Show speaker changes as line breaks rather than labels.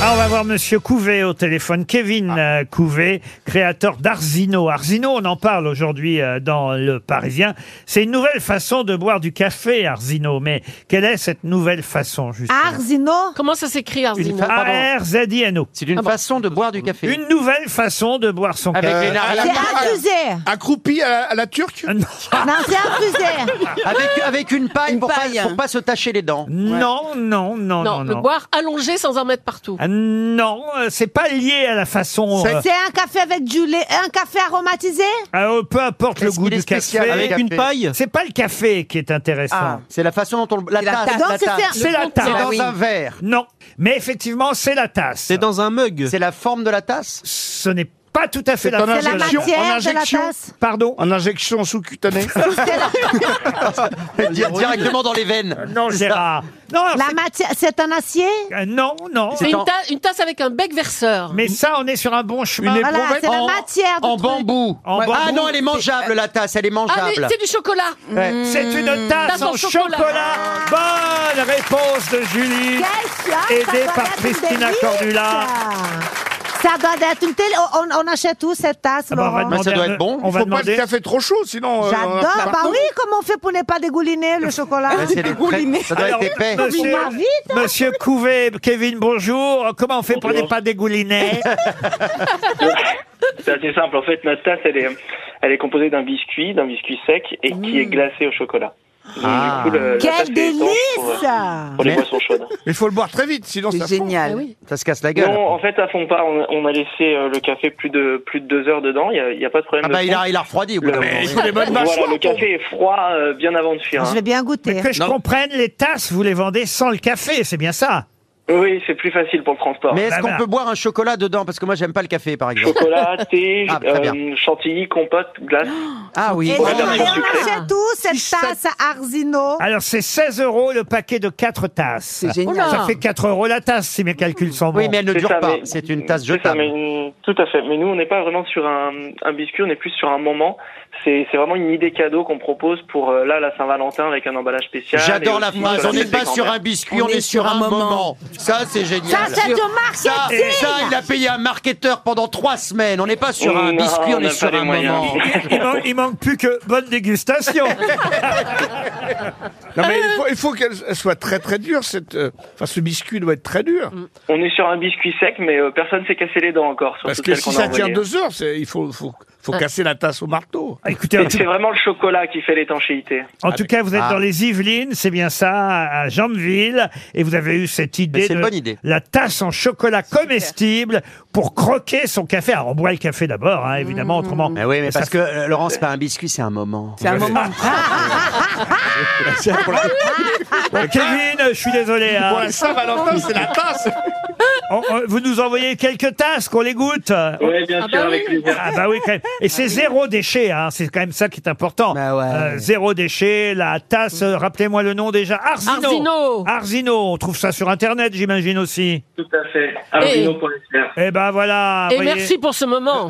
Ah, on va voir Monsieur Couvet au téléphone, Kevin euh, Couvet, créateur d'Arzino. Arzino, on en parle aujourd'hui euh, dans Le Parisien. C'est une nouvelle façon de boire du café, Arzino. Mais quelle est cette nouvelle façon, justement
Arzino
Comment ça s'écrit,
Une
Arzino
pardon.
A-R-Z-I-N-O.
C'est une
Ah bon.
façon de boire du café.
Une nouvelle façon de boire son
Avec,
café.
les nar-
à la-
C'est
Ah.
infusé
Accroupi à la, à la turque
Non,
Non, c'est infusé
avec, avec une paille,
Une
pour,
paille.
Pas, pour pas se tacher les dents.
non, non, non,
Non,
non,
le
non.
boire allongé sans en mettre partout.
Ah, Non, euh, c'est pas lié à la façon. euh,
C'est un café avec du lait, un café aromatisé
euh, peu importe le
Est-ce
goût
qu'il est
du
spécial
café.
avec une paille
C'est pas le café qui est intéressant.
Ah, c'est la façon dont on le- la
la
tasse.
tasse.
la
Donc, c'est
tasse.
faire-
C'est Ah la
contenant.
C'est
tasse.
dans un verre.
Non, mais effectivement, c'est la tasse.
C'est dans un mug.
C'est la forme de la tasse.
Ce n'est pas tout à fait
C'est
la
en
façon.
C'est la
Injection,
matière de la
injection.
tasse
Pardon
En injection sous-cutanée
C'est la,
Dire directement dans les veines.
Non, Gérard. Non,
la matière, c'est un acier
c'est- euh, non, non.
C'est
en-
une, ta- une tasse avec un bec verseur.
Mais ça, on est sur un bon chemin.
Voilà, c'est la
en-
matière de
En
truc.
bambou.
En
Ouais. Ah
bambou.
non, elle est mangeable la tasse, elle est
ah, mais
mangeable.
c'est du chocolat
C'est une tasse
Tasse en
en chocolat.
chocolat.
Bonne réponse de Julie.
Quelle chance,
Aidé
ça doit
par
être une
Christina
délire.
Cordula. Ah
Ça doit être une telle... On, on achète où cette tasse,
Ah bah, on va
Laurent
demander
ça doit
à-
être bon.
On
Il
va
faut pas le
demander.
café trop chaud, sinon... euh, on a-
J'adore Bah oui, comment on fait pour ne pas dégouliner le chocolat
Ouais, Ah, c'est des très- ça doit
Alors,
être épais.
monsieur,
Vous m'invitez,
monsieur Couvet, Kevin, bonjour. Comment on fait pour ne
Bonjour.
pas dégouliner
C'est assez simple. En fait, notre tasse, elle est, elle est composée d'un biscuit, d'un biscuit sec, et qui est glacé au chocolat. Donc,
Ah.
du coup, le- la tasse
Mmh. Quel
est étanche pour,
délice
euh, pour les
Mais-
boissons chaudes.
Mais il faut le boire très vite, sinon ça
C'est
fond.
Ah
génial.
oui.
Ça se casse la gueule.
Non, en fait, ça fond pas. On, on a laissé euh, le café plus de plus de deux heures dedans. Il y a, il y a pas de problème.
Ah bah
de
il
fond.
a, il a refroidi au bout
Le-
d'un moment.
Mais
Il faut des bonnes
Voilà,
mâchoires.
le café est froid euh, bien avant de fuir. hein.
Je vais bien goûter.
Mais que je
Non.
comprenne, les tasses, vous les vendez sans le café, c'est bien ça
hein. Oui, c'est plus facile pour le transport.
Mais est-ce
Bah,
qu'on
bah.
peut boire un chocolat dedans Parce que moi j'aime pas le café par exemple.
Chocolat, thé,
Ah, très
euh, chantilly, compote, glace.
Ah oui.
Et
Bon,
si-
la
et
dernière
on
sucrée.
achète où cette tasse à Arzino
Alors, c'est 16 euros le paquet de 4 tasses.
C'est génial.
Oula.
Ça fait 4 euros la tasse, si mes calculs sont bons.
Oui mais elle ne
C'est
dure
ça,
pas.
mais-
C'est une tasse
c'est ça,
jetable.
mais- tout à fait. Mais nous, on n'est pas vraiment sur un, un biscuit, on est plus sur un moment. C'est c'est vraiment une idée cadeau qu'on propose pour euh, là la Saint-Valentin avec un emballage spécial.
J'adore
Et
la
aussi
phrase.
sur
On n'est pas
fête
sur
grand-mère.
un biscuit, on, est sur un moment. Ça c'est
Ça,
génial.
Ah, c'est du
Ça,
marketing
ça, il a payé un marketeur pendant trois semaines. On n'est pas sur un
Non,
biscuit, on,
on
est
n'a
sur
pas les
un
moyens.
moment.
Il, man- il manque plus que bonne dégustation.
Non, mais il faut, il faut qu'elle elle soit très très dure, cette... euh, Enfin, ce biscuit doit être très dur.
On est sur un biscuit sec, mais euh, personne s'est cassé les dents encore. sur
Parce
toutes
que
celles
si
qu'on a
ça tient
envoyées.
deux heures, c'est- il faut, faut, faut casser la tasse au marteau.
Écoutez, en
Et
tout,
C'est vraiment le chocolat qui fait l'étanchéité.
en tout cas, vous êtes
Ah.
dans les Yvelines, c'est bien ça, à Jambeville, et vous avez eu cette idée.
Mais c'est
de
une bonne idée.
La tasse en chocolat comestible pour croquer son café. Alors, on boit le café d'abord, hein, évidemment, autrement.
Mm. Mais oui, mais
ça
parce que euh, Laurent, c'est pas un biscuit, c'est un moment.
C'est un moment.
Euh, Kevin, je suis désolé. hein.
Pour la Saint-Valentin, c'est la tasse.
On- on- vous nous envoyez quelques tasses, qu'on les goûte.
Oui, bien
Ah
sûr,
bah
avec
oui.
plaisir.
Ah bah oui, quand même. Et c'est zéro déchet, hein. c'est quand même ça qui est important. Euh,
Bah ouais.
zéro déchet, la tasse, euh, rappelez-moi le nom déjà, Arzino.
Arzino.
Ah, Arzino, on trouve ça sur Internet, j'imagine aussi.
Tout à fait. Arduino.fr.
Eh ben voilà.
Et
voyez.
merci pour ce moment.